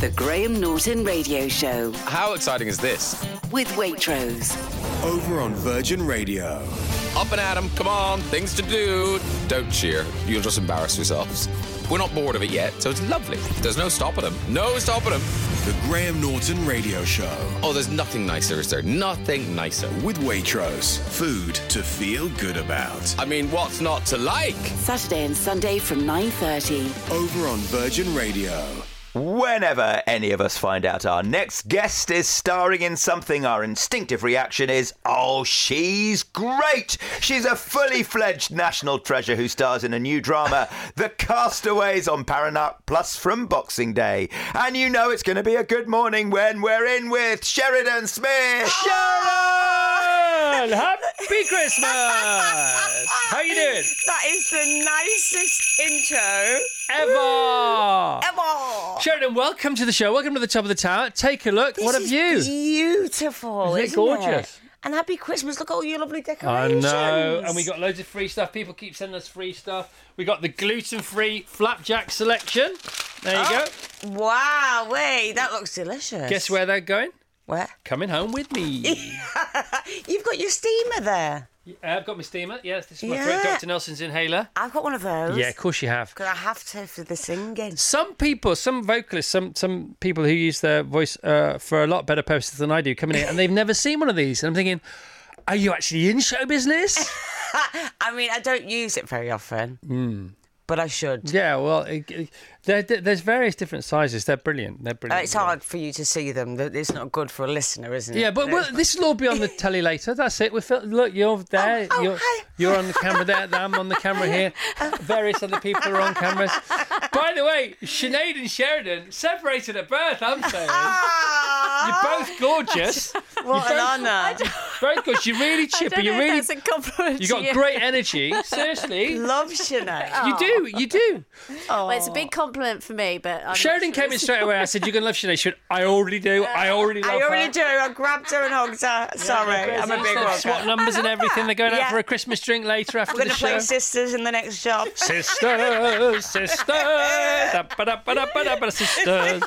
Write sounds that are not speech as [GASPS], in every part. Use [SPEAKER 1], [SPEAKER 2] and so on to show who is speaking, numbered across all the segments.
[SPEAKER 1] The Graham Norton Radio Show
[SPEAKER 2] How exciting is this?
[SPEAKER 1] with Waitrose.
[SPEAKER 3] Over on Virgin Radio.
[SPEAKER 2] Up and at 'em, come on, things to do. Don't cheer, you'll just embarrass yourselves. We're not bored of it yet, so it's lovely. There's no stopping them. No stopping them.
[SPEAKER 3] The Graham Norton Radio Show.
[SPEAKER 2] Oh, there's nothing nicer, is there? Nothing nicer.
[SPEAKER 3] With Waitrose. Food to feel good about.
[SPEAKER 2] I mean, what's not to like?
[SPEAKER 1] Saturday and Sunday from 9.30.
[SPEAKER 3] Over on Virgin Radio.
[SPEAKER 4] Whenever any of us find out our next guest is starring in something, our instinctive reaction is, oh, she's great! She's a fully fledged national treasure who stars in a new drama, The Castaways on Paramount Plus from Boxing Day. And you know it's going to be a good morning when we're in with Sheridan Smith!
[SPEAKER 5] Well, happy Christmas! How you doing?
[SPEAKER 6] [LAUGHS] That is the nicest intro
[SPEAKER 5] Ever!
[SPEAKER 6] ever.
[SPEAKER 5] Sheridan, welcome to the show. Welcome to the top of the tower. Take a look. what
[SPEAKER 6] This
[SPEAKER 5] have
[SPEAKER 6] is
[SPEAKER 5] you?
[SPEAKER 6] Beautiful.
[SPEAKER 5] Isn't it
[SPEAKER 6] isn't
[SPEAKER 5] gorgeous?
[SPEAKER 6] And happy Christmas. Look at all your lovely
[SPEAKER 5] I
[SPEAKER 6] decorations.
[SPEAKER 5] know. And we got loads of free stuff. People keep sending us free stuff. We got the gluten free flapjack selection. There you go.
[SPEAKER 6] Oh, Wow, wait, that looks delicious.
[SPEAKER 5] Guess where they're going?
[SPEAKER 6] Where?
[SPEAKER 5] Coming home with [LAUGHS] me.
[SPEAKER 6] You've got your steamer there.
[SPEAKER 5] I've got my steamer. Yes, this is my
[SPEAKER 6] Yeah.
[SPEAKER 5] throat Dr. Nelson's inhaler.
[SPEAKER 6] I've got one of those.
[SPEAKER 5] Yeah, of course you have.
[SPEAKER 6] 'Cause I have to for the singing.
[SPEAKER 5] some people, some vocalists, some some people who use their voice uh, for a lot better purposes than I do coming here, and they've never seen one of these. And I'm thinking, are you actually in show [LAUGHS] business?
[SPEAKER 6] I mean, I don't use it very often,
[SPEAKER 5] Hmm.
[SPEAKER 6] but I should.
[SPEAKER 5] yeah, well, it, it- there, there- there's various different sizes. They're brilliant. They're
[SPEAKER 6] Uh,
[SPEAKER 5] brilliant.
[SPEAKER 6] it's hard for you to see them. Th- It's not good for a listener, isn't it?
[SPEAKER 5] Yeah, but
[SPEAKER 6] No.
[SPEAKER 5] well, this will all be on the telly later. That's it. We fil- look, you're there.
[SPEAKER 6] oh,
[SPEAKER 5] you're,
[SPEAKER 6] hi.
[SPEAKER 5] you're on the camera there. I'm on the camera
[SPEAKER 6] [LAUGHS]
[SPEAKER 5] here. Various other people are on cameras. By the way, Sinead and Sheridan separated at birth. I'm
[SPEAKER 6] [LAUGHS]
[SPEAKER 5] saying [LAUGHS] you're both gorgeous.
[SPEAKER 6] Oh. Ah! what an
[SPEAKER 5] both-
[SPEAKER 6] honour.
[SPEAKER 5] Very good. You're really chipper. You're really.
[SPEAKER 7] That's a compliment.
[SPEAKER 5] You got
[SPEAKER 7] yeah.
[SPEAKER 5] great energy. Seriously, you
[SPEAKER 6] [LAUGHS] Love Sinead.
[SPEAKER 5] [LAUGHS] do.
[SPEAKER 6] Oh.
[SPEAKER 5] You do.
[SPEAKER 7] Well, it's a big compliment for me, but I'm
[SPEAKER 5] Oh. Sheridan
[SPEAKER 7] not sure
[SPEAKER 5] came in
[SPEAKER 7] it's-
[SPEAKER 5] straight away. I said, "You're gonna love Sinead." She went, "I already do. I already love
[SPEAKER 6] Uh, I already
[SPEAKER 5] her."
[SPEAKER 6] do. I grabbed her and hugged her. Sorry, I'm a big
[SPEAKER 5] Swap
[SPEAKER 6] rocker.
[SPEAKER 5] numbers and everything. They're going out
[SPEAKER 6] Yeah.
[SPEAKER 5] for a Christmas drink later after
[SPEAKER 6] We're
[SPEAKER 5] the
[SPEAKER 6] gonna
[SPEAKER 5] show.
[SPEAKER 6] play sisters in the next
[SPEAKER 5] [LAUGHS]
[SPEAKER 6] job. [LAUGHS]
[SPEAKER 5] sisters, sisters, da-ba-da-ba-da-ba-da-ba, sisters.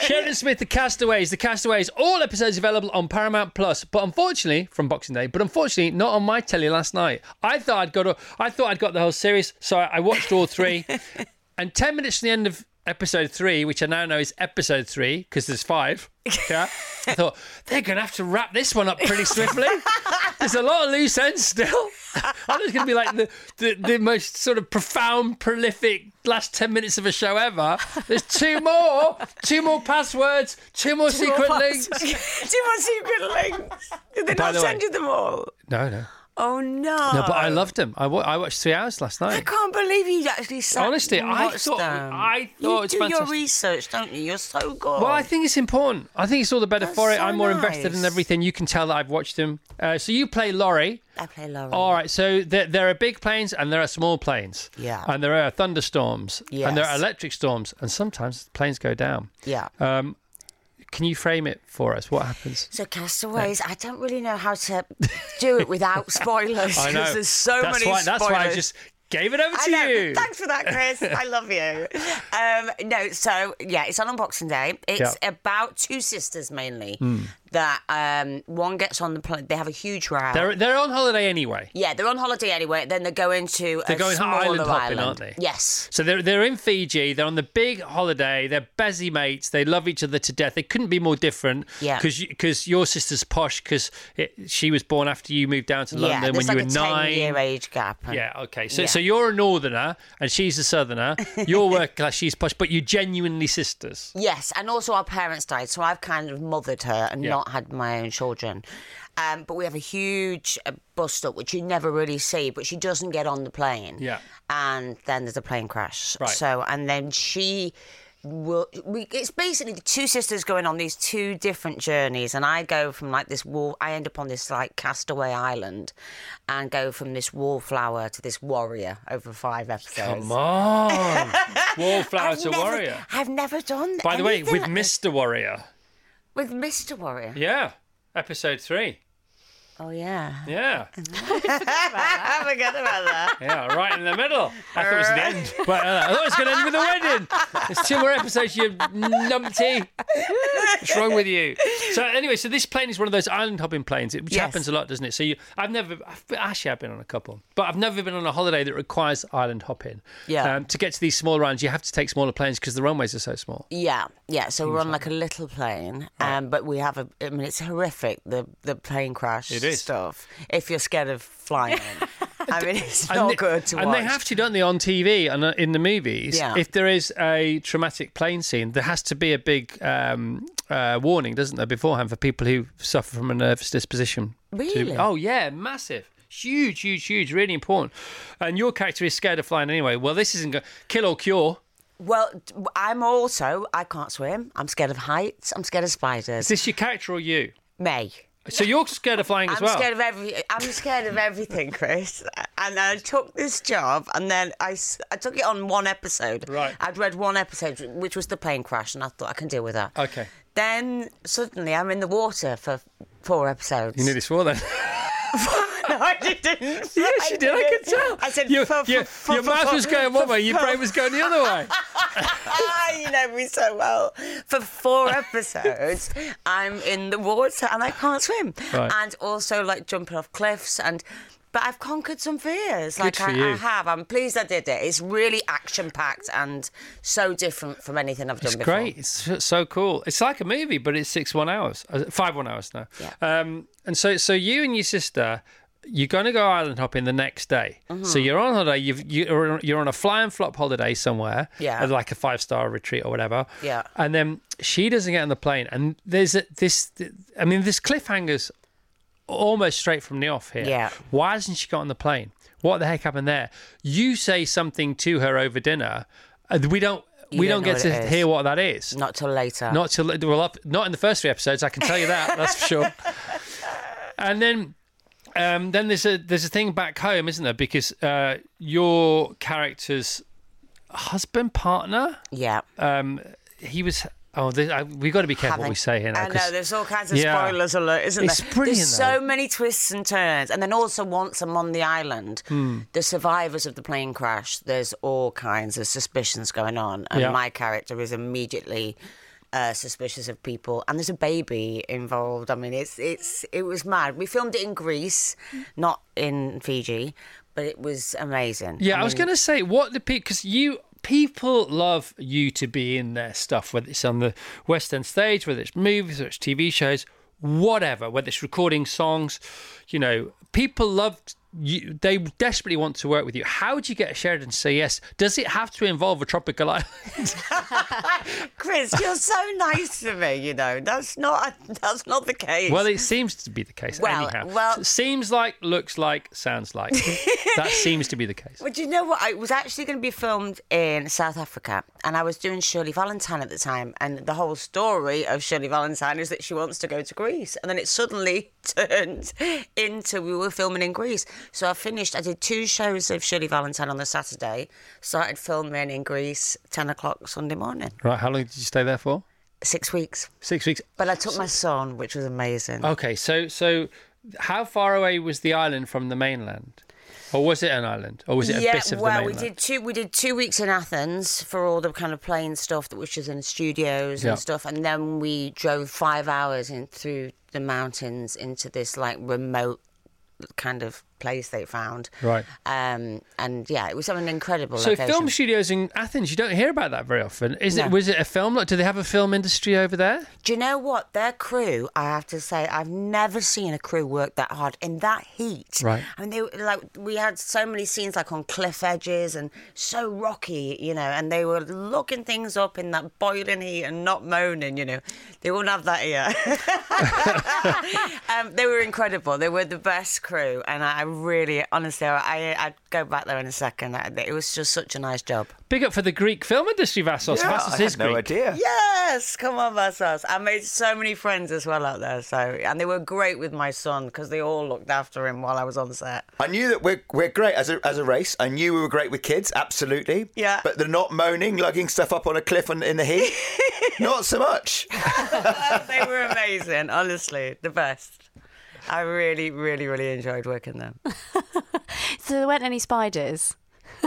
[SPEAKER 5] Sheridan Smith, The Castaways, The Castaways. All episodes available on Paramount Plus, but unfortunately from Boxing Day, but unfortunately not on my telly last night. I thought I'd got, a, I thought I'd got the whole series, so I I watched all three. and ten minutes from the end of episode three, which I now know is episode three because there's five. Yeah, I thought they're going to have to wrap this one up pretty swiftly. There's a lot of loose ends still. I'm just going to be like the, the the most sort of profound, prolific last ten minutes of a show ever. There's two more, two more passwords, two more secret links.
[SPEAKER 6] Do you want secret links? Did they
[SPEAKER 5] By
[SPEAKER 6] not
[SPEAKER 5] the
[SPEAKER 6] send
[SPEAKER 5] way-
[SPEAKER 6] you them all?
[SPEAKER 5] No, no,
[SPEAKER 6] Oh no.
[SPEAKER 5] no. But I loved them. I wa- I watched three hours last
[SPEAKER 6] I
[SPEAKER 5] night.
[SPEAKER 6] can't believe you actually sat
[SPEAKER 5] Honestly,
[SPEAKER 6] and
[SPEAKER 5] I
[SPEAKER 6] watched
[SPEAKER 5] thought-
[SPEAKER 6] them.
[SPEAKER 5] I thought
[SPEAKER 6] you
[SPEAKER 5] it's
[SPEAKER 6] do
[SPEAKER 5] fantastic.
[SPEAKER 6] your research, don't you? You're so good.
[SPEAKER 5] Well, I think it's important. I think it's all the better
[SPEAKER 6] That's
[SPEAKER 5] for it.
[SPEAKER 6] so
[SPEAKER 5] I'm more invested in
[SPEAKER 6] nice.
[SPEAKER 5] everything. You can tell that I've watched them. Uh, so you play Laurie.
[SPEAKER 6] I play Lauren.
[SPEAKER 5] All right. So there, there are big planes and there are small planes.
[SPEAKER 6] Yeah.
[SPEAKER 5] And there are thunderstorms. And there are
[SPEAKER 6] Yes.
[SPEAKER 5] electric storms. And sometimes planes go down.
[SPEAKER 6] Yeah.
[SPEAKER 5] Um, can you frame it for us? What
[SPEAKER 6] [LAUGHS]
[SPEAKER 5] happens?
[SPEAKER 6] So Castaways, I don't really know how to do it without
[SPEAKER 5] [LAUGHS]
[SPEAKER 6] spoilers
[SPEAKER 5] I know.
[SPEAKER 6] because there's so
[SPEAKER 5] that's
[SPEAKER 6] many
[SPEAKER 5] why,
[SPEAKER 6] spoilers.
[SPEAKER 5] That's why I just gave it over
[SPEAKER 6] I
[SPEAKER 5] to
[SPEAKER 6] know.
[SPEAKER 5] you.
[SPEAKER 6] Thanks for that, Chris. I love
[SPEAKER 5] [LAUGHS]
[SPEAKER 6] you. Um, no, so yeah, it's on Unboxing Day. It's
[SPEAKER 5] Yeah. Hmm.
[SPEAKER 6] about two sisters mainly that um, one gets on the plane. They have a huge row.
[SPEAKER 5] They're, they're on holiday anyway.
[SPEAKER 6] yeah, they're on holiday anyway. Then they're going to
[SPEAKER 5] They're
[SPEAKER 6] a
[SPEAKER 5] going
[SPEAKER 6] smaller
[SPEAKER 5] island hopping,
[SPEAKER 6] island.
[SPEAKER 5] aren't they?
[SPEAKER 6] Yes.
[SPEAKER 5] So they're, they're in Fiji. They're on the big holiday. They're busy mates. They love each other to death. They couldn't be more different.
[SPEAKER 6] Yeah.
[SPEAKER 5] Because your sister's posh because she was born after you moved down to
[SPEAKER 6] yeah,
[SPEAKER 5] London when
[SPEAKER 6] there's like
[SPEAKER 5] you were
[SPEAKER 6] a
[SPEAKER 5] nine.
[SPEAKER 6] ten-year age gap. and-
[SPEAKER 5] Yeah. Okay. So
[SPEAKER 6] Yeah.
[SPEAKER 5] so you're a northerner and she's a southerner. You're
[SPEAKER 6] [LAUGHS]
[SPEAKER 5] working class. She's posh, but you're genuinely sisters.
[SPEAKER 6] Yes, and also our parents died, so I've kind of mothered her and
[SPEAKER 5] Yeah.
[SPEAKER 6] not had my own children. Um, but we have a huge uh, bust up, which you never really see. But she doesn't get on the plane.
[SPEAKER 5] Yeah.
[SPEAKER 6] And then there's a plane crash.
[SPEAKER 5] Right.
[SPEAKER 6] So and then she will. We, it's basically the two sisters going on these two different journeys, and I go from like this wall. I end up on this like castaway island, and go from this wallflower to this warrior over five episodes.
[SPEAKER 5] Come on. Oh, Wallflower
[SPEAKER 6] I've
[SPEAKER 5] to
[SPEAKER 6] never,
[SPEAKER 5] warrior.
[SPEAKER 6] I've never done.
[SPEAKER 5] By the way,
[SPEAKER 6] anything
[SPEAKER 5] with
[SPEAKER 6] like this.
[SPEAKER 5] Mr. Warrior.
[SPEAKER 6] with Mr. Warrior.
[SPEAKER 5] Yeah. Episode three.
[SPEAKER 6] Oh yeah.
[SPEAKER 5] Yeah.
[SPEAKER 6] [LAUGHS] I forgot about that.
[SPEAKER 5] [LAUGHS] Yeah, right in the middle. I thought it was the end. But uh, I thought it was going to end with a wedding. There's two more episodes, you numpty. What's wrong with you? So anyway, so this plane is one of those island hopping planes, it- which
[SPEAKER 6] Yes.
[SPEAKER 5] happens a lot, doesn't it? So you, I've never, I've, been- actually, I've been on a couple, but I've never been on a holiday that requires island hopping.
[SPEAKER 6] Yeah.
[SPEAKER 5] Um, to get to these smaller islands, you have to take smaller planes because the runways are so small.
[SPEAKER 6] Yeah, yeah. So we're on like a little plane, um, but we have a. I mean, it's horrific the the plane crash
[SPEAKER 5] It is.
[SPEAKER 6] stuff. If you're scared
[SPEAKER 5] [LAUGHS]
[SPEAKER 6] of flying, I mean, it's
[SPEAKER 5] And
[SPEAKER 6] not
[SPEAKER 5] they-
[SPEAKER 6] good to watch.
[SPEAKER 5] And they have to, don't they, on TV and uh, in the movies?
[SPEAKER 6] Yeah.
[SPEAKER 5] If there is a traumatic plane scene, there has to be a big um, uh, warning, doesn't there, beforehand for people who suffer from a nervous disposition? to-
[SPEAKER 6] Really?
[SPEAKER 5] oh, yeah, massive. Huge, huge, huge, really important. And your character is scared of flying anyway. Well, this isn't going kill or cure.
[SPEAKER 6] Well, t- I'm also. I can't swim. I'm scared of heights. I'm scared of spiders.
[SPEAKER 5] Is this your character or you?
[SPEAKER 6] May.
[SPEAKER 5] So you're scared of flying as
[SPEAKER 6] I'm
[SPEAKER 5] well.
[SPEAKER 6] scared of every. I'm scared of everything, Chris. And I took this job, and then I, s- I took it on one episode.
[SPEAKER 5] Right.
[SPEAKER 6] I'd read one episode, which was the plane crash, and I thought I can deal with that.
[SPEAKER 5] Okay.
[SPEAKER 6] Then suddenly I'm in the water for four episodes.
[SPEAKER 5] you knew this for then.
[SPEAKER 6] [LAUGHS] no, I
[SPEAKER 5] [LAUGHS]
[SPEAKER 6] didn't.
[SPEAKER 5] yes, you did. I could tell.
[SPEAKER 6] I said,
[SPEAKER 5] your,
[SPEAKER 6] "Fuh,
[SPEAKER 5] your,
[SPEAKER 6] fuh, fuh,
[SPEAKER 5] your
[SPEAKER 6] fuh,
[SPEAKER 5] mouth
[SPEAKER 6] fuh,
[SPEAKER 5] was going one
[SPEAKER 6] fuh,
[SPEAKER 5] way, your
[SPEAKER 6] fuh."
[SPEAKER 5] brain was going the other way.
[SPEAKER 6] Ah, [LAUGHS] you know me so well.
[SPEAKER 5] [LAUGHS]
[SPEAKER 6] For four episodes, I'm in the water and I can't swim,
[SPEAKER 5] Right.
[SPEAKER 6] and also like jumping off cliffs and. But I've conquered some fears. like
[SPEAKER 5] for
[SPEAKER 6] I, I
[SPEAKER 5] you.
[SPEAKER 6] have. I'm pleased I did it. It's really action packed and so different from anything I've done
[SPEAKER 5] It's
[SPEAKER 6] before.
[SPEAKER 5] great. It's so- so cool. It's like a movie, but it's six one hours, Uh, five one hours now. Um, and so, so you and your sister, you're going to go island hopping the next day.
[SPEAKER 6] Mm-hmm.
[SPEAKER 5] So you're on holiday. You've, you're on- you're on a fly and flop holiday somewhere.
[SPEAKER 6] Yeah.
[SPEAKER 5] at like a five star retreat or whatever.
[SPEAKER 6] Yeah.
[SPEAKER 5] And then she doesn't get on the plane, and there's a, this. I mean, this cliffhangers almost straight from the off here.
[SPEAKER 6] Yeah.
[SPEAKER 5] Why hasn't she got on the plane? What the heck happened there? You say something to her over dinner. and Uh, We don't.
[SPEAKER 6] You
[SPEAKER 5] we
[SPEAKER 6] don't
[SPEAKER 5] don't,
[SPEAKER 6] know
[SPEAKER 5] get
[SPEAKER 6] what it
[SPEAKER 5] to
[SPEAKER 6] is.
[SPEAKER 5] hear what that is.
[SPEAKER 6] Not till later.
[SPEAKER 5] Not till well, up, not in the first three episodes. I can tell you that. that's for
[SPEAKER 6] [LAUGHS]
[SPEAKER 5] sure. And then, um, then there's a there's a thing back home, isn't there? Because uh, your character's husband partner,
[SPEAKER 6] yeah.
[SPEAKER 5] um, he was. Oh, this, I, we've got to be careful what we say here now.
[SPEAKER 6] I know
[SPEAKER 5] 'cause-
[SPEAKER 6] there's all kinds of
[SPEAKER 5] Yeah.
[SPEAKER 6] spoilers alert, isn't
[SPEAKER 5] It's
[SPEAKER 6] there?
[SPEAKER 5] brilliant,
[SPEAKER 6] There's so many twists and turns, and then also once I'm on the island,
[SPEAKER 5] Hmm.
[SPEAKER 6] the survivors of the plane crash. There's all kinds of suspicions going on, and
[SPEAKER 5] Yeah.
[SPEAKER 6] my character is immediately. Uh, suspicious of people, and there's a baby involved. I mean, it's it's it was mad. We filmed it in Greece, not in Fiji, but it was amazing.
[SPEAKER 5] Yeah, I, was going to say what the people because you people love you to be in their stuff, whether it's on the West End stage, whether it's movies, whether it's TV shows, whatever, whether it's recording songs. You know, people love you. They desperately want to work with you. How do you get Sheridan to say yes? Does it have to involve a tropical
[SPEAKER 6] [LAUGHS]
[SPEAKER 5] island?
[SPEAKER 6] Chris, you're so nice to me. You know, that's not that's not the case.
[SPEAKER 5] well, it seems to be the case.
[SPEAKER 6] Well,
[SPEAKER 5] anyhow,
[SPEAKER 6] well-
[SPEAKER 5] seems like, looks like, sounds
[SPEAKER 6] [LAUGHS]
[SPEAKER 5] like. that seems to be the case.
[SPEAKER 6] But do you know what? It was actually going to be filmed in South Africa, and I was doing Shirley Valentine at the time. And the whole story of Shirley Valentine is that she wants to go to Greece, and then it suddenly [LAUGHS] turned into we were filming in Greece. So I finished. I did two shows of Shirley Valentine on the Saturday. Started filming in Greece, ten o'clock Sunday morning.
[SPEAKER 5] Right? How long did you stay there for?
[SPEAKER 6] Six weeks.
[SPEAKER 5] Six weeks.
[SPEAKER 6] But I took my son, which was amazing.
[SPEAKER 5] Okay, so so how far away was the island from the mainland? Or was it an island? Or was it
[SPEAKER 6] yeah,
[SPEAKER 5] a bit of
[SPEAKER 6] well,
[SPEAKER 5] the
[SPEAKER 6] we
[SPEAKER 5] mainland?
[SPEAKER 6] did two. We did two weeks in Athens for all the kind of plane stuff that was just in studios
[SPEAKER 5] Yeah.
[SPEAKER 6] and stuff, and then we drove five hours in through the mountains into this like remote kind of place they found.
[SPEAKER 5] Right.
[SPEAKER 6] Um, and yeah, it was an incredible
[SPEAKER 5] So
[SPEAKER 6] location.
[SPEAKER 5] film studios in Athens, you don't hear about that very often. Is
[SPEAKER 6] No.
[SPEAKER 5] it? Was it a film? Like, do they have a film industry over there?
[SPEAKER 6] Do you know what? Their crew, I have to say, I've never seen a crew work that hard in that heat.
[SPEAKER 5] Right.
[SPEAKER 6] I mean, they were, like we had so many scenes like on cliff edges and so rocky, you know, and they were looking things up in that boiling heat and not moaning, you know. They wouldn't have that here. [LAUGHS] um, they were incredible. They were the best crew, and I I really, honestly, I, I'd go back there in a second. I- It was just such a nice job.
[SPEAKER 5] Big up for the Greek film industry, Vassos.
[SPEAKER 4] Yeah,
[SPEAKER 5] Vassos
[SPEAKER 4] I
[SPEAKER 5] is
[SPEAKER 4] had no
[SPEAKER 5] Greek. [LAUGHS]
[SPEAKER 4] idea.
[SPEAKER 6] Yes, come on, Vassos. I made so many friends as well out there. So, and they were great with my son because they all looked after him while I was on [LAUGHS] set.
[SPEAKER 4] I knew that we're, we're great as a, as a race. I knew we were great with kids, absolutely.
[SPEAKER 6] Yeah.
[SPEAKER 4] But they're not moaning, lugging stuff up on a cliff and in the
[SPEAKER 5] [LAUGHS]
[SPEAKER 4] heat. not so much.
[SPEAKER 6] Oh, they were amazing, honestly, the best. I really, really, really enjoyed working there.
[SPEAKER 7] [LAUGHS] So there weren't any spiders.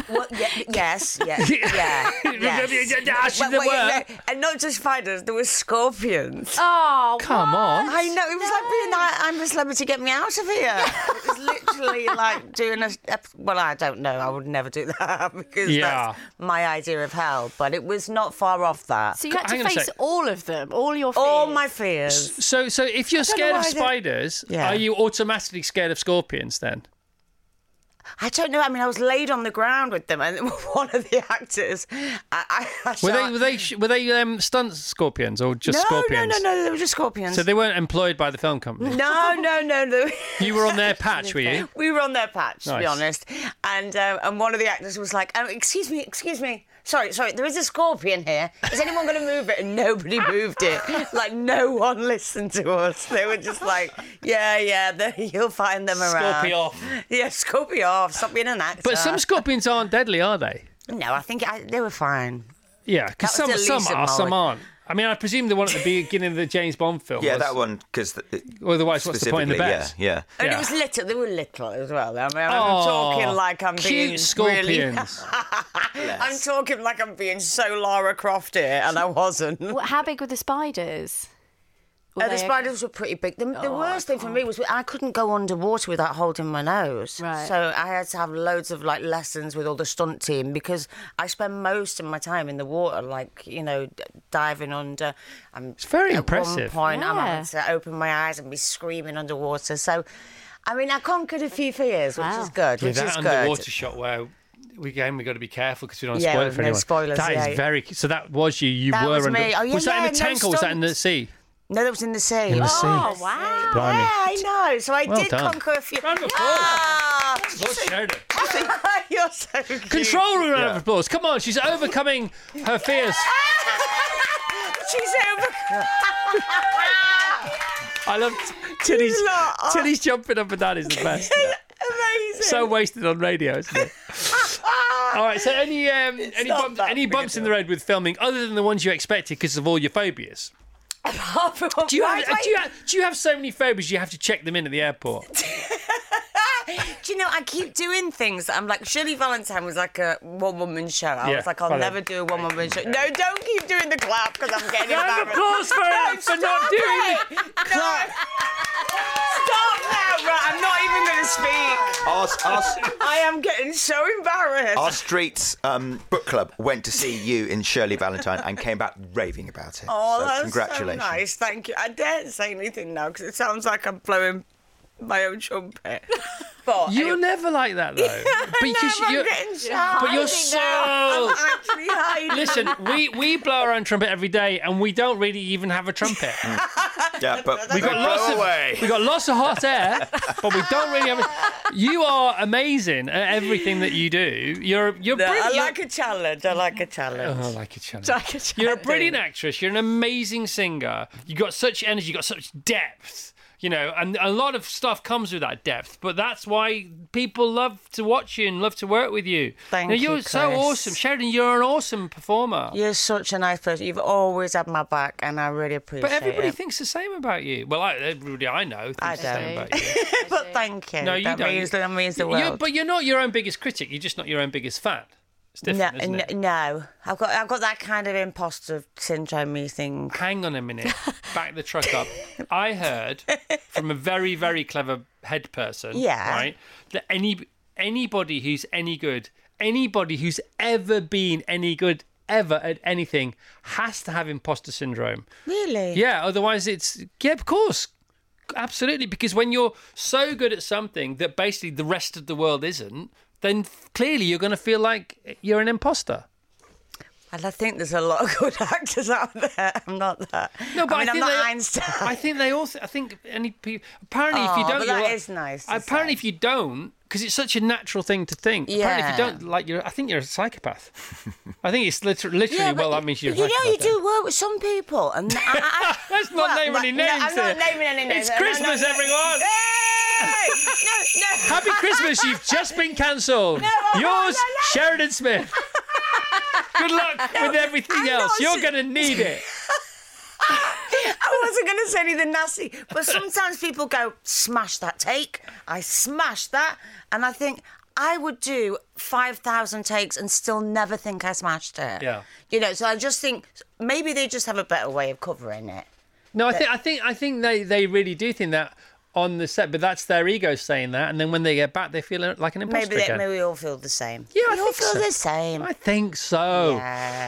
[SPEAKER 6] Well, yeah, yes, yes, [LAUGHS] yeah.
[SPEAKER 5] Yes, there
[SPEAKER 6] yeah,
[SPEAKER 5] were.
[SPEAKER 6] no, and not just spiders, there were scorpions.
[SPEAKER 7] Oh,
[SPEAKER 5] Come on.
[SPEAKER 6] I know it was like being I, I'm a celebrity, get me out of here. [LAUGHS] It was literally like doing a. ep- Well, I don't know. I would never do [LAUGHS] that because
[SPEAKER 5] Yeah.
[SPEAKER 6] that's my idea of hell. But it was not far off that.
[SPEAKER 7] So you had
[SPEAKER 5] Hang
[SPEAKER 7] to
[SPEAKER 5] on a
[SPEAKER 7] face
[SPEAKER 5] sec.
[SPEAKER 7] all of them, all your fears.
[SPEAKER 6] All my fears.
[SPEAKER 5] So, so if you're scared of
[SPEAKER 6] why they-
[SPEAKER 5] spiders,
[SPEAKER 6] Yeah.
[SPEAKER 5] are you automatically scared of scorpions then?
[SPEAKER 6] I don't know. I mean, I was laid on the ground with them, and [LAUGHS] one of the actors. I, I, I
[SPEAKER 5] Were
[SPEAKER 6] saw-
[SPEAKER 5] they were they sh- were they um, stunt scorpions or just
[SPEAKER 6] no,
[SPEAKER 5] scorpions?
[SPEAKER 6] No, no, no, They were just scorpions.
[SPEAKER 5] So they weren't employed by the film company.
[SPEAKER 6] No, no, no, no. [LAUGHS]
[SPEAKER 5] You were on their patch, were you?
[SPEAKER 6] We were on their patch, to be
[SPEAKER 5] Nice.
[SPEAKER 6] honest. And um, and one of the actors was like, um, "Excuse me, excuse me. Sorry, sorry. There is a scorpion here. Is anyone going to move it?" And nobody [LAUGHS] moved it. Like no one listened to us. They were just like, "Yeah, yeah. the- You'll find them around."
[SPEAKER 5] Scorpion.
[SPEAKER 6] Yeah, scorpion off. Stop being an actor.
[SPEAKER 5] But some scorpions aren't deadly, are they?
[SPEAKER 6] No, I think I, they were fine.
[SPEAKER 5] Yeah, because
[SPEAKER 6] That
[SPEAKER 5] some
[SPEAKER 6] was
[SPEAKER 5] some
[SPEAKER 6] Elisa
[SPEAKER 5] are, some
[SPEAKER 6] Mullen.
[SPEAKER 5] aren't. I mean, I presume the one at the beginning of the James Bond film.
[SPEAKER 4] Yeah,
[SPEAKER 5] was,
[SPEAKER 4] that one, because.
[SPEAKER 5] Otherwise, what's the point in the bet?
[SPEAKER 4] Yeah, yeah.
[SPEAKER 6] And
[SPEAKER 5] Yeah.
[SPEAKER 6] it was little. They were little as well. I mean, I'm
[SPEAKER 5] Aw,
[SPEAKER 6] talking like I'm
[SPEAKER 5] cute
[SPEAKER 6] being
[SPEAKER 5] scorpions.
[SPEAKER 6] really. [LAUGHS] I'm talking like I'm being so Lara Croft here, and I wasn't.
[SPEAKER 7] Wha- How big were the spiders? Were
[SPEAKER 6] Uh, the
[SPEAKER 7] they okay?
[SPEAKER 6] spiders were pretty big. The, the
[SPEAKER 7] Oh,
[SPEAKER 6] worst thing for me was I couldn't go underwater without holding my nose.
[SPEAKER 7] Right.
[SPEAKER 6] So I had to have loads of like lessons with all the stunt team because I spend most of my time in the water, like you know, d- diving under. I'm, it's
[SPEAKER 5] very
[SPEAKER 6] at
[SPEAKER 5] impressive.
[SPEAKER 6] One point, I'm
[SPEAKER 7] Yeah.
[SPEAKER 6] having to open my eyes and be screaming underwater. So. I mean, I conquered a few fears, which
[SPEAKER 7] Wow.
[SPEAKER 6] is good.
[SPEAKER 5] Yeah,
[SPEAKER 6] which
[SPEAKER 5] that
[SPEAKER 6] is
[SPEAKER 5] underwater
[SPEAKER 6] good.
[SPEAKER 5] shot where we again we got to be careful because we don't
[SPEAKER 6] Yeah,
[SPEAKER 5] spoil it for
[SPEAKER 6] no
[SPEAKER 5] anyone.
[SPEAKER 6] spoilers,
[SPEAKER 5] That is
[SPEAKER 6] yeah.
[SPEAKER 5] very. So that was you. You
[SPEAKER 6] That
[SPEAKER 5] were
[SPEAKER 6] was
[SPEAKER 5] under.
[SPEAKER 6] me. Oh, yeah,
[SPEAKER 5] was that in the
[SPEAKER 6] yeah, no
[SPEAKER 5] tank or was that in the
[SPEAKER 6] stunts.
[SPEAKER 5] sea?
[SPEAKER 6] No, that was in the sea.
[SPEAKER 5] In the sea.
[SPEAKER 7] [LAUGHS] Oh,
[SPEAKER 6] [LAUGHS]
[SPEAKER 7] wow.
[SPEAKER 5] Blimey.
[SPEAKER 6] Yeah, I know. So I
[SPEAKER 5] Well
[SPEAKER 6] did
[SPEAKER 5] done.
[SPEAKER 6] conquer a few.
[SPEAKER 5] Round of applause.
[SPEAKER 6] [LAUGHS] Ah!
[SPEAKER 5] Well, Sheridan.
[SPEAKER 6] [LAUGHS] You're so cute.
[SPEAKER 5] Control room round of applause. Come on, she's overcoming her fears.
[SPEAKER 6] [LAUGHS] She's over.
[SPEAKER 5] I
[SPEAKER 6] [LAUGHS]
[SPEAKER 5] love Tilly's.
[SPEAKER 6] lot are-
[SPEAKER 5] Tilly's jumping up and down is the best.
[SPEAKER 6] Amazing.
[SPEAKER 5] so wasted on radio, isn't [LAUGHS] it? All right. So any um, any
[SPEAKER 6] not
[SPEAKER 5] bumps,
[SPEAKER 6] that
[SPEAKER 5] any
[SPEAKER 6] big a
[SPEAKER 5] bumps in the road with filming, other than the ones you expected because of all your phobias? Do you, have, do, you have, do you have so many phobias you have to check them in at the airport? [LAUGHS]
[SPEAKER 6] Do you know, I keep doing things. that I'm like, Shirley Valentine was like a one woman show. I
[SPEAKER 5] Yeah,
[SPEAKER 6] was like, I'll
[SPEAKER 5] follow.
[SPEAKER 6] never do a one woman show. No, don't keep doing the clap because I'm getting
[SPEAKER 5] Round of
[SPEAKER 6] embarrassed.
[SPEAKER 5] applause for, for not doing it.
[SPEAKER 6] Clap. Stop now, right? I'm not even going to speak.
[SPEAKER 4] Our, our,
[SPEAKER 6] I am getting so embarrassed.
[SPEAKER 4] our streets um, book club went to see you in Shirley Valentine and came back raving about it.
[SPEAKER 6] Oh,
[SPEAKER 4] so
[SPEAKER 6] that's
[SPEAKER 4] congratulations.
[SPEAKER 6] so nice. Thank you. I daren't say anything now because it sounds like I'm blowing my own [LAUGHS] trumpet. But
[SPEAKER 5] You're never like that [LAUGHS]
[SPEAKER 6] [LAUGHS]
[SPEAKER 5] though, because
[SPEAKER 6] I'm
[SPEAKER 5] you're.
[SPEAKER 6] getting
[SPEAKER 5] But
[SPEAKER 6] shy.
[SPEAKER 5] you're
[SPEAKER 6] [LAUGHS] I'm
[SPEAKER 5] so.
[SPEAKER 6] actually
[SPEAKER 5] [LAUGHS]
[SPEAKER 6] hiding.
[SPEAKER 5] Listen, we, we blow our own trumpet every day, and we don't really even have a trumpet.
[SPEAKER 4] Yeah, but
[SPEAKER 5] We got lots
[SPEAKER 3] away.
[SPEAKER 5] of we got lots of hot air, but we don't really have. A, you are amazing at everything that you do. You're you're
[SPEAKER 6] No,
[SPEAKER 5] brilliant.
[SPEAKER 6] I like a challenge. I like a challenge.
[SPEAKER 5] Oh, I like a challenge.
[SPEAKER 6] like a
[SPEAKER 5] You're a
[SPEAKER 6] challenge.
[SPEAKER 5] brilliant actress. You're an amazing singer. You got such energy. You got such depth. You know, and a lot of stuff comes with that depth. But that's why people love to watch you and love to work with you.
[SPEAKER 6] Thank
[SPEAKER 5] know,
[SPEAKER 6] you,
[SPEAKER 5] You're so
[SPEAKER 6] Chris.
[SPEAKER 5] awesome, Sheridan. You're an awesome performer.
[SPEAKER 6] You're such a nice person. You've always had my back, and I really appreciate
[SPEAKER 5] But everybody
[SPEAKER 6] it.
[SPEAKER 5] thinks the same about you. Well, I, everybody I know thinks
[SPEAKER 6] I
[SPEAKER 5] the same
[SPEAKER 6] don't.
[SPEAKER 5] about you.
[SPEAKER 6] but thank you.
[SPEAKER 5] No, you
[SPEAKER 6] that
[SPEAKER 5] don't.
[SPEAKER 6] Means, that means the
[SPEAKER 5] You-
[SPEAKER 6] world.
[SPEAKER 5] you're- but you're not your own biggest critic. You're just not your own biggest fan. It's
[SPEAKER 6] no,
[SPEAKER 5] different, isn't
[SPEAKER 6] no,
[SPEAKER 5] it?
[SPEAKER 6] no, I've got I've got that kind of imposter syndrome me thing. [LAUGHS]
[SPEAKER 5] Hang on a minute. Back the truck up. I heard from a very, very clever head person,
[SPEAKER 6] Yeah.
[SPEAKER 5] right? That any anybody who's any good, anybody who's ever been any good ever at anything has to have imposter syndrome.
[SPEAKER 6] Really?
[SPEAKER 5] Yeah, otherwise it's yeah, of course. Absolutely, because when you're so good at something that basically the rest of the world isn't, then clearly you're going to feel like you're an imposter.
[SPEAKER 6] And I think there's a lot of good [LAUGHS] actors out there. I'm not that.
[SPEAKER 5] No, but
[SPEAKER 6] I mean,
[SPEAKER 5] think
[SPEAKER 6] am not
[SPEAKER 5] they,
[SPEAKER 6] Einstein.
[SPEAKER 5] I think they also. I think any people. Apparently, if
[SPEAKER 6] Aw,
[SPEAKER 5] you don't,
[SPEAKER 6] but that
[SPEAKER 5] you're-
[SPEAKER 6] is nice to
[SPEAKER 5] Apparently,
[SPEAKER 6] say.
[SPEAKER 5] if you don't, because it's such a natural thing to think. Apparently, if you
[SPEAKER 6] Yeah.
[SPEAKER 5] don't like, you're. I think you're a psychopath. I think it's literally, literally
[SPEAKER 6] [LAUGHS] Yeah, but
[SPEAKER 5] well, that means you're. a
[SPEAKER 6] you know you
[SPEAKER 5] psychopath then.
[SPEAKER 6] do work with some people, and
[SPEAKER 5] [LAUGHS]
[SPEAKER 6] I, I, I,
[SPEAKER 5] Let's not name any
[SPEAKER 6] no,
[SPEAKER 5] names
[SPEAKER 6] I'm not
[SPEAKER 5] here.
[SPEAKER 6] naming any names.
[SPEAKER 5] It's
[SPEAKER 6] I'm not-
[SPEAKER 5] Christmas,
[SPEAKER 6] no,
[SPEAKER 5] everyone.
[SPEAKER 6] [LAUGHS] Hey! No, no.
[SPEAKER 5] Happy Christmas! You've just been cancelled.
[SPEAKER 6] No, oh,
[SPEAKER 5] Yours,
[SPEAKER 6] no, no, no.
[SPEAKER 5] Sheridan
[SPEAKER 6] [LAUGHS]
[SPEAKER 5] Smith. Good luck with everything
[SPEAKER 6] I'm
[SPEAKER 5] else.
[SPEAKER 6] not
[SPEAKER 5] You're
[SPEAKER 6] s-
[SPEAKER 5] going to need it.
[SPEAKER 6] I wasn't going to say anything nasty, but sometimes people go, smash that take. I smashed that. And I think I would do 5,000 takes and still never think I smashed it.
[SPEAKER 5] Yeah.
[SPEAKER 6] You know, so I just think maybe they just have a better way of covering it.
[SPEAKER 5] No, I think I think I think they, they really do think that on the set, but that's their ego saying that, and then when they get back, they feel like an imposter
[SPEAKER 6] Maybe, they,
[SPEAKER 5] again.
[SPEAKER 6] maybe we all feel the same.
[SPEAKER 5] yeah, I
[SPEAKER 6] we all
[SPEAKER 5] think
[SPEAKER 6] feel
[SPEAKER 5] so.
[SPEAKER 6] the same.
[SPEAKER 5] I think so.
[SPEAKER 6] Yeah.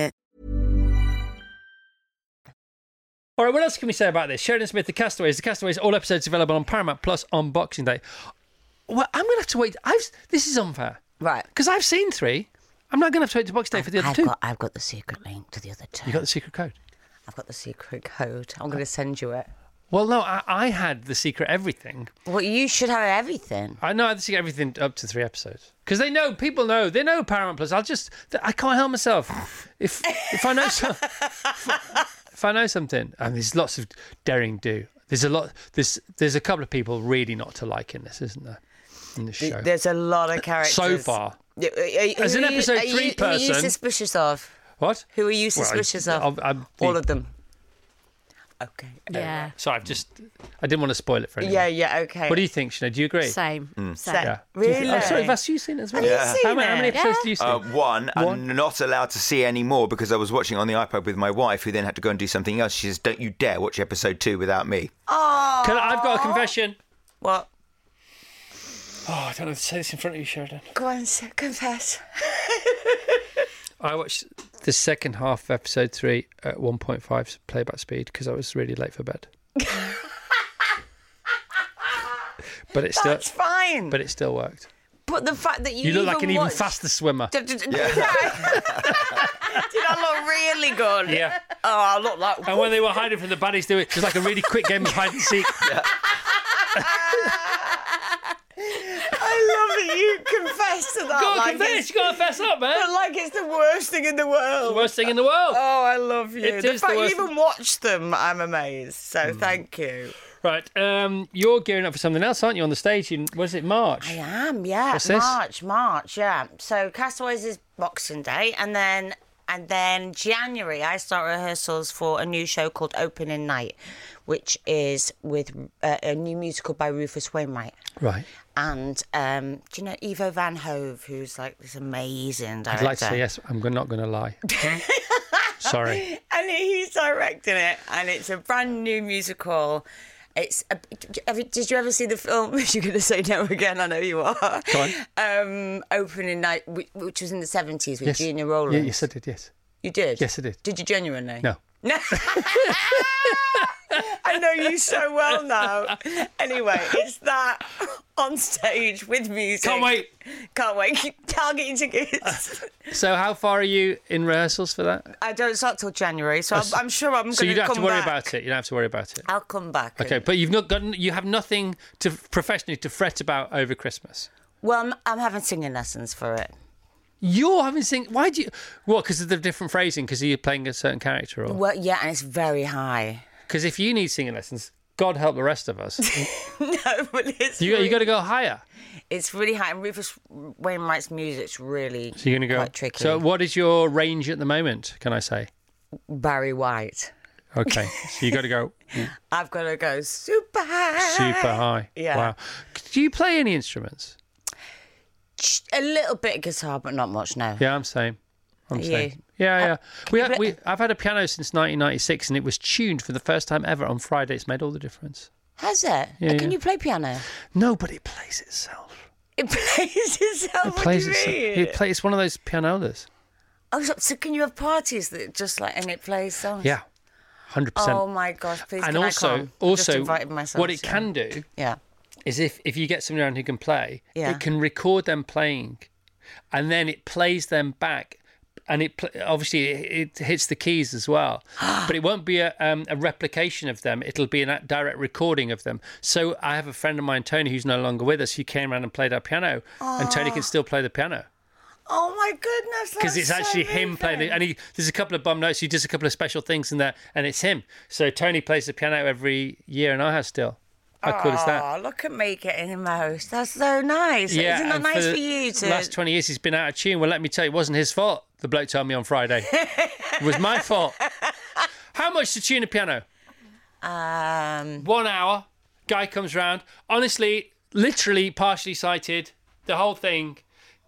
[SPEAKER 5] All right, what else can we say about this? Sheridan Smith, The Castaways, The Castaways, all episodes available on Paramount Plus on Boxing Day. Well, I'm gonna have to wait. I've this is unfair
[SPEAKER 6] Right.
[SPEAKER 5] because I've seen three. I'm not gonna have to wait to Boxing Day for the other
[SPEAKER 6] I've
[SPEAKER 5] two.
[SPEAKER 6] got, I've got the secret link to the other two.
[SPEAKER 5] You got the secret code.
[SPEAKER 6] I've got the secret code. I'm going to send you it.
[SPEAKER 5] Well, no, I, I had the secret everything.
[SPEAKER 6] Well, you should have everything.
[SPEAKER 5] I know I had to see everything up to three episodes because they know people know they know Paramount Plus. I'll just th- I can't help myself if if I know some, if I know something. And there's lots of daring do. There's a lot. There's there's a couple of people really not to like in this, isn't there? In the show
[SPEAKER 6] There's a lot of characters.
[SPEAKER 5] so far.
[SPEAKER 6] Y- are- are-
[SPEAKER 5] As an
[SPEAKER 6] who are you-
[SPEAKER 5] episode
[SPEAKER 6] are you-
[SPEAKER 5] three
[SPEAKER 6] Who are
[SPEAKER 5] person-
[SPEAKER 6] you suspicious of?
[SPEAKER 5] What?
[SPEAKER 6] Who are you
[SPEAKER 5] Well, I-
[SPEAKER 6] suspicious of?
[SPEAKER 5] I'm- I'm the-
[SPEAKER 6] All of them. Okay.
[SPEAKER 7] Yeah.
[SPEAKER 5] So I've just I didn't want to spoil it for anyone.
[SPEAKER 6] Yeah, yeah, okay.
[SPEAKER 5] What do you think, Sinead? Do you agree?
[SPEAKER 7] Same. Same.
[SPEAKER 6] Hmm. Same. [LAUGHS]
[SPEAKER 5] Yeah.
[SPEAKER 6] Really?
[SPEAKER 5] I'm sorry, have you seen it as well?
[SPEAKER 6] you Yeah. seen
[SPEAKER 5] how, many, how many
[SPEAKER 6] it?
[SPEAKER 5] episodes
[SPEAKER 7] Yeah.
[SPEAKER 5] do you see?
[SPEAKER 4] Uh, one,
[SPEAKER 5] One.
[SPEAKER 4] I'm not allowed to see any more because I was watching on the iPad with my wife, who then had to go and do something else. She says, "Don't you dare watch episode two without me."
[SPEAKER 5] Can I- I've got a confession.
[SPEAKER 6] What?
[SPEAKER 5] Oh, I don't know if to say this in front of you, Sheridan.
[SPEAKER 6] Go on, s- confess.
[SPEAKER 5] I watched the second half of episode three at 1.5 playback speed because I was really late for [LAUGHS] bed. but it still,
[SPEAKER 6] That's fine.
[SPEAKER 5] Uh, but
[SPEAKER 6] But,
[SPEAKER 5] it still worked.
[SPEAKER 6] the fact that you,
[SPEAKER 5] You look like an even
[SPEAKER 6] watched-
[SPEAKER 5] faster swimmer.
[SPEAKER 6] [LAUGHS] Did, did, did I- did I look really good?
[SPEAKER 5] [LAUGHS] Yeah.
[SPEAKER 6] Oh, I look like.
[SPEAKER 5] And when they were hiding from the baddies, they were, it was like a really quick game of hide and [LAUGHS] seek.
[SPEAKER 6] I love that you confess to that.
[SPEAKER 5] Go on,
[SPEAKER 6] like
[SPEAKER 5] confess.
[SPEAKER 6] it's-
[SPEAKER 5] You gotta fess up, man.
[SPEAKER 6] but like it's the worst thing in the world.
[SPEAKER 5] Worst thing in the world.
[SPEAKER 6] Oh, I love you.
[SPEAKER 5] It
[SPEAKER 6] the
[SPEAKER 5] is the
[SPEAKER 6] fact
[SPEAKER 5] worst- Hmm.
[SPEAKER 6] you even watched them, I'm amazed. So thank you.
[SPEAKER 5] Right, um, you're gearing up for something else, aren't you? On the stage in was it March?
[SPEAKER 6] I am, yeah.
[SPEAKER 5] What's this?
[SPEAKER 6] March, March, yeah. So Castaways is Boxing Day, and then and then January I start rehearsals for a new show called Opening Night, which is with uh, a new musical by Rufus Wainwright.
[SPEAKER 5] Right.
[SPEAKER 6] And um, do you know Ivo Van Hove, who's like this amazing
[SPEAKER 5] I'd
[SPEAKER 6] director?
[SPEAKER 5] like to say yes. I'm go- not going to [LAUGHS] lie. Sorry.
[SPEAKER 6] and he's directing it, and it's a brand new musical. It's. A, have you- did you ever see the film? [LAUGHS] You're going to say no again. I know you are.
[SPEAKER 5] Go on.
[SPEAKER 6] [LAUGHS] Um, opening night, whi- which was in the 70s with
[SPEAKER 5] Yes.
[SPEAKER 6] Gina
[SPEAKER 5] Yeah,
[SPEAKER 6] Rowlands.
[SPEAKER 5] yes, I did. Yes.
[SPEAKER 6] You did.
[SPEAKER 5] Yes, I did.
[SPEAKER 6] Did you genuinely?
[SPEAKER 5] No.
[SPEAKER 6] No. [LAUGHS] I know you so well now. Anyway, it's that on stage with music.
[SPEAKER 5] Can't wait.
[SPEAKER 6] Can't wait. I'll get you tickets.
[SPEAKER 5] So, how far are you in rehearsals for that?
[SPEAKER 6] I don't start till January, so I'm, I'm sure I'm going
[SPEAKER 5] So you don't
[SPEAKER 6] come
[SPEAKER 5] have to worry
[SPEAKER 6] back.
[SPEAKER 5] about it. You don't have to worry about it.
[SPEAKER 6] I'll come back.
[SPEAKER 5] Okay, but you've not gotten. You have nothing to professionally to fret about over Christmas.
[SPEAKER 6] Well, I'm, I'm having singing lessons for it.
[SPEAKER 5] You're having sing. Why do you? What? Because of the different phrasing. Because you're playing a certain character, or
[SPEAKER 6] Well, yeah, and it's very high. [LAUGHS]
[SPEAKER 5] because if you need singing lessons, God help the rest of us.
[SPEAKER 6] no, but it's
[SPEAKER 5] You,
[SPEAKER 6] really,
[SPEAKER 5] you got to go higher.
[SPEAKER 6] it's really high. And Rufus Wainwright's music's really
[SPEAKER 5] So you're going to go
[SPEAKER 6] quite tricky.
[SPEAKER 5] So what is your range at the moment? Can I say?
[SPEAKER 6] Barry White.
[SPEAKER 5] Okay, so you got to go
[SPEAKER 6] I've got to go super high. [LAUGHS]
[SPEAKER 5] super high.
[SPEAKER 6] Yeah.
[SPEAKER 5] Wow. Do you play any instruments?
[SPEAKER 6] Ch- A little bit of guitar, but not much. No.
[SPEAKER 5] Yeah, I'm same. I'm
[SPEAKER 6] You?
[SPEAKER 5] same. Yeah, yeah. We,
[SPEAKER 6] you
[SPEAKER 5] had,
[SPEAKER 6] play-
[SPEAKER 5] we I've had a piano since 1996, and it was tuned for the first time ever on Friday. It's made all the difference.
[SPEAKER 6] Has it?
[SPEAKER 5] Yeah,
[SPEAKER 6] Can
[SPEAKER 5] yeah.
[SPEAKER 6] you play piano?
[SPEAKER 5] No, but it plays itself.
[SPEAKER 6] It [LAUGHS] plays itself.
[SPEAKER 5] It
[SPEAKER 6] Oh, what
[SPEAKER 5] plays
[SPEAKER 6] do you
[SPEAKER 5] itself.
[SPEAKER 6] mean?
[SPEAKER 5] It plays. It's one of those pianolas.
[SPEAKER 6] Oh, so, so can you have parties that just like and it plays songs?
[SPEAKER 5] Yeah, hundred
[SPEAKER 6] Oh
[SPEAKER 5] percent.
[SPEAKER 6] my gosh! Please,
[SPEAKER 5] And
[SPEAKER 6] can I
[SPEAKER 5] also,
[SPEAKER 6] come? I just
[SPEAKER 5] also,
[SPEAKER 6] invited myself,
[SPEAKER 5] what it
[SPEAKER 6] yeah.
[SPEAKER 5] can do
[SPEAKER 6] Yeah.
[SPEAKER 5] is if if you get someone around who can play,
[SPEAKER 6] Yeah.
[SPEAKER 5] it can record them playing, and then it plays them back, and it pl- obviously it, it hits the keys as
[SPEAKER 6] [GASPS]
[SPEAKER 5] well, but it won't be a, um, a replication of them. It'll be a direct recording of them. So I have a friend of mine, Tony, who's no longer with us, who came around and played our piano, and Tony can still play the piano
[SPEAKER 6] Oh my goodness!
[SPEAKER 5] because it's
[SPEAKER 6] that's so
[SPEAKER 5] actually him playing. The,
[SPEAKER 6] moving.
[SPEAKER 5] and he there's a couple of bum notes. He does a couple of special things in there, and it's him. So Tony plays the piano every year in our house still. How cool is that?
[SPEAKER 6] Oh, look at me getting emotional. That's so nice. Isn't that
[SPEAKER 5] and
[SPEAKER 6] nice for,
[SPEAKER 5] the
[SPEAKER 6] you to?
[SPEAKER 5] Last 20 years, he's been out of tune. Well, let me tell you, it wasn't his fault. The bloke told me on Friday. it was my
[SPEAKER 6] [LAUGHS]
[SPEAKER 5] fault. How much to tune a piano?
[SPEAKER 6] um,
[SPEAKER 5] One hour. Guy comes round. Honestly, literally partially sighted. The whole thing.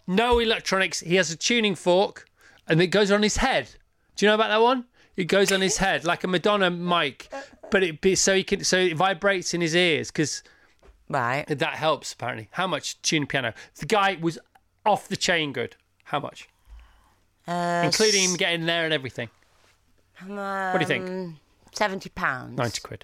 [SPEAKER 5] No electronics. He has a tuning fork and it goes on his head. Do you know about that one? It goes on his head like a Madonna mic, but it be so he can so it vibrates in his ears because
[SPEAKER 6] right.
[SPEAKER 5] that helps, apparently. How much tune piano? The guy was off the chain good. How much?
[SPEAKER 6] Uh,
[SPEAKER 5] Including him getting there and everything. What do you think?
[SPEAKER 6] um, Seventy pounds.
[SPEAKER 5] 90 quid.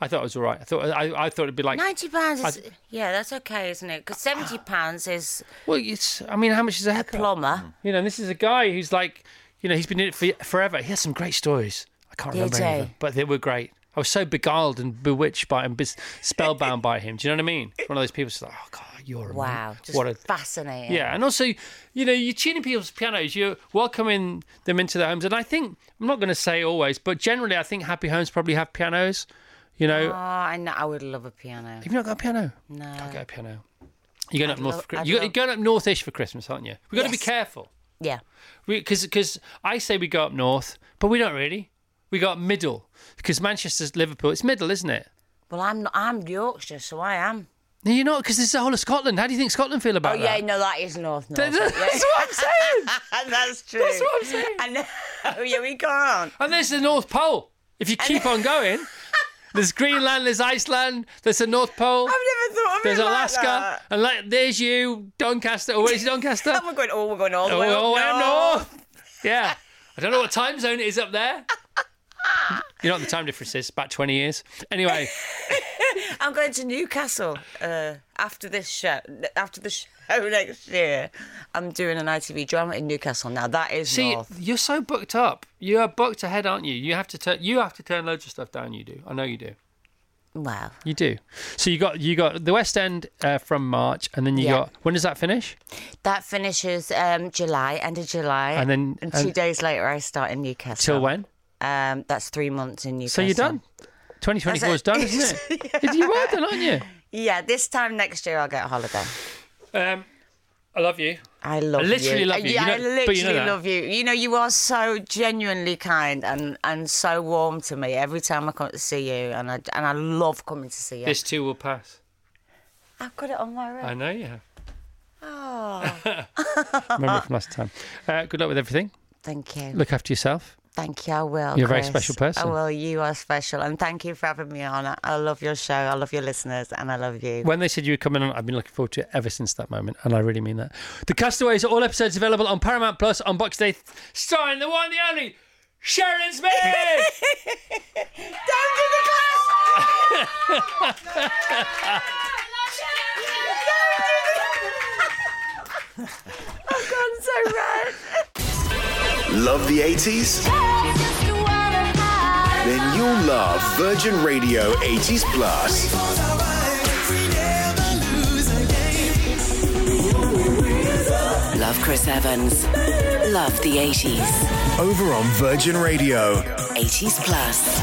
[SPEAKER 5] I thought it was all right. I thought I, I thought it'd be like.
[SPEAKER 6] Ninety pounds is
[SPEAKER 5] I-
[SPEAKER 6] yeah, that's okay, isn't it? Because [GASPS] seventy pounds is
[SPEAKER 5] Well, it's. I mean, how much is a
[SPEAKER 6] a
[SPEAKER 5] haircut?
[SPEAKER 6] plumber.
[SPEAKER 5] You know, this is a guy who's like, you know, he's been in it for, forever. He has some great stories. I can't
[SPEAKER 6] Yeah,
[SPEAKER 5] remember any
[SPEAKER 6] Jay.
[SPEAKER 5] of them, but they were great. I was so beguiled and bewitched by him, bis- spellbound by him. Do you know what I mean? One of those people who's like, oh, God, you're a
[SPEAKER 6] Wow,
[SPEAKER 5] man.
[SPEAKER 6] just
[SPEAKER 5] what a
[SPEAKER 6] fascinating.
[SPEAKER 5] Yeah, and also, you know, you're tuning people's pianos, you're welcoming them into their homes. And I think, I'm not going to say always, but generally, I think happy homes probably have pianos. You know,
[SPEAKER 6] Oh, I know. I would love a piano.
[SPEAKER 5] have you not got a piano?
[SPEAKER 6] No.
[SPEAKER 5] I'll get a piano. You're going up north.
[SPEAKER 6] love-
[SPEAKER 5] for, Chri-
[SPEAKER 6] I'd
[SPEAKER 5] you're
[SPEAKER 6] love-
[SPEAKER 5] going up northish for Christmas, aren't you? We've got to be
[SPEAKER 6] Yes.
[SPEAKER 5] careful
[SPEAKER 6] Yeah.
[SPEAKER 5] because because I say we go up north, but we don't really. We go up middle because Manchester's Liverpool. It's middle, isn't it?
[SPEAKER 6] Well, I'm not, I'm Yorkshire, so I am.
[SPEAKER 5] No, you're not because this is the whole of Scotland. How do you think Scotland feel
[SPEAKER 6] Oh
[SPEAKER 5] about
[SPEAKER 6] yeah,
[SPEAKER 5] that?
[SPEAKER 6] no, that is North North.
[SPEAKER 5] [LAUGHS] That's what I'm saying.
[SPEAKER 6] that's true. [LAUGHS] That's what I'm saying. I know. [LAUGHS] Yeah, we can't.
[SPEAKER 5] And there's the North Pole. If you keep on
[SPEAKER 6] [LAUGHS]
[SPEAKER 5] going, there's Greenland, there's Iceland, there's the North Pole,
[SPEAKER 6] I've never thought of
[SPEAKER 5] there's
[SPEAKER 6] it like
[SPEAKER 5] Alaska,
[SPEAKER 6] that.
[SPEAKER 5] and like there's you, Doncaster. Or where
[SPEAKER 6] [LAUGHS]
[SPEAKER 5] is Doncaster?
[SPEAKER 6] And we're going. Oh, we're going all the
[SPEAKER 5] oh,
[SPEAKER 6] way up
[SPEAKER 5] oh, I'm
[SPEAKER 6] north.
[SPEAKER 5] north. Yeah, I don't know what time zone it is up
[SPEAKER 6] [LAUGHS]
[SPEAKER 5] there. You know what the time difference is? About 20 years.
[SPEAKER 6] [LAUGHS]
[SPEAKER 5] Anyway,
[SPEAKER 6] I'm going to Newcastle uh, after this show. After the [LAUGHS] show next year, I'm doing an ITV drama in Newcastle. Now that is
[SPEAKER 5] see,
[SPEAKER 6] north.
[SPEAKER 5] you're so booked up. You are booked ahead, aren't you? You have to turn. You have to turn loads of stuff down. You do. I know you do.
[SPEAKER 6] Well,
[SPEAKER 5] You do. So you got you got the West End uh, from March, and then you
[SPEAKER 6] Yeah.
[SPEAKER 5] got when does that finish?
[SPEAKER 6] that finishes um, July, end of July,
[SPEAKER 5] And then-
[SPEAKER 6] and two
[SPEAKER 5] and-
[SPEAKER 6] days later I start in Newcastle.
[SPEAKER 5] Till when?
[SPEAKER 6] Um, that's three months in Newcastle.
[SPEAKER 5] So you're done. 2024
[SPEAKER 6] That's it.
[SPEAKER 5] is done, isn't
[SPEAKER 6] [LAUGHS]
[SPEAKER 5] it? You are done, aren't you?
[SPEAKER 6] Yeah, this time next year I'll get a holiday.
[SPEAKER 5] Um, I love you.
[SPEAKER 6] I love
[SPEAKER 5] I
[SPEAKER 6] you.
[SPEAKER 5] literally love you. You
[SPEAKER 6] Yeah,
[SPEAKER 5] know-
[SPEAKER 6] I
[SPEAKER 5] but you know
[SPEAKER 6] literally
[SPEAKER 5] that.
[SPEAKER 6] love you. You know, you are so genuinely kind and, and so warm to me every time I come to see you, and I and I love coming to see you.
[SPEAKER 5] This too will pass.
[SPEAKER 6] I've got it on my
[SPEAKER 5] I
[SPEAKER 6] room.
[SPEAKER 5] know you have.
[SPEAKER 6] Ah.
[SPEAKER 5] Oh.
[SPEAKER 6] [LAUGHS]
[SPEAKER 5] Remember from last time. Uh, good luck with everything.
[SPEAKER 6] Thank you.
[SPEAKER 5] Look after yourself.
[SPEAKER 6] Thank you. I will.
[SPEAKER 5] You're a very
[SPEAKER 6] Chris.
[SPEAKER 5] special person.
[SPEAKER 6] I will. You are special, and thank you for having me on. I- I love your show. I love your listeners, and I love you.
[SPEAKER 5] When they said you were coming on, I've been looking forward to it ever since that moment, and I really mean that. The Castaways are all episodes available on Paramount Plus on Box Day, starring the one, the only Sharon Smith. [LAUGHS]
[SPEAKER 6] Down to the class. I've gone Oh, so red.
[SPEAKER 3] Love the 80s? Then you'll love Virgin Radio 80s Plus.
[SPEAKER 1] Love Chris Evans. Love the 80s.
[SPEAKER 3] Over on Virgin Radio.
[SPEAKER 1] 80s Plus.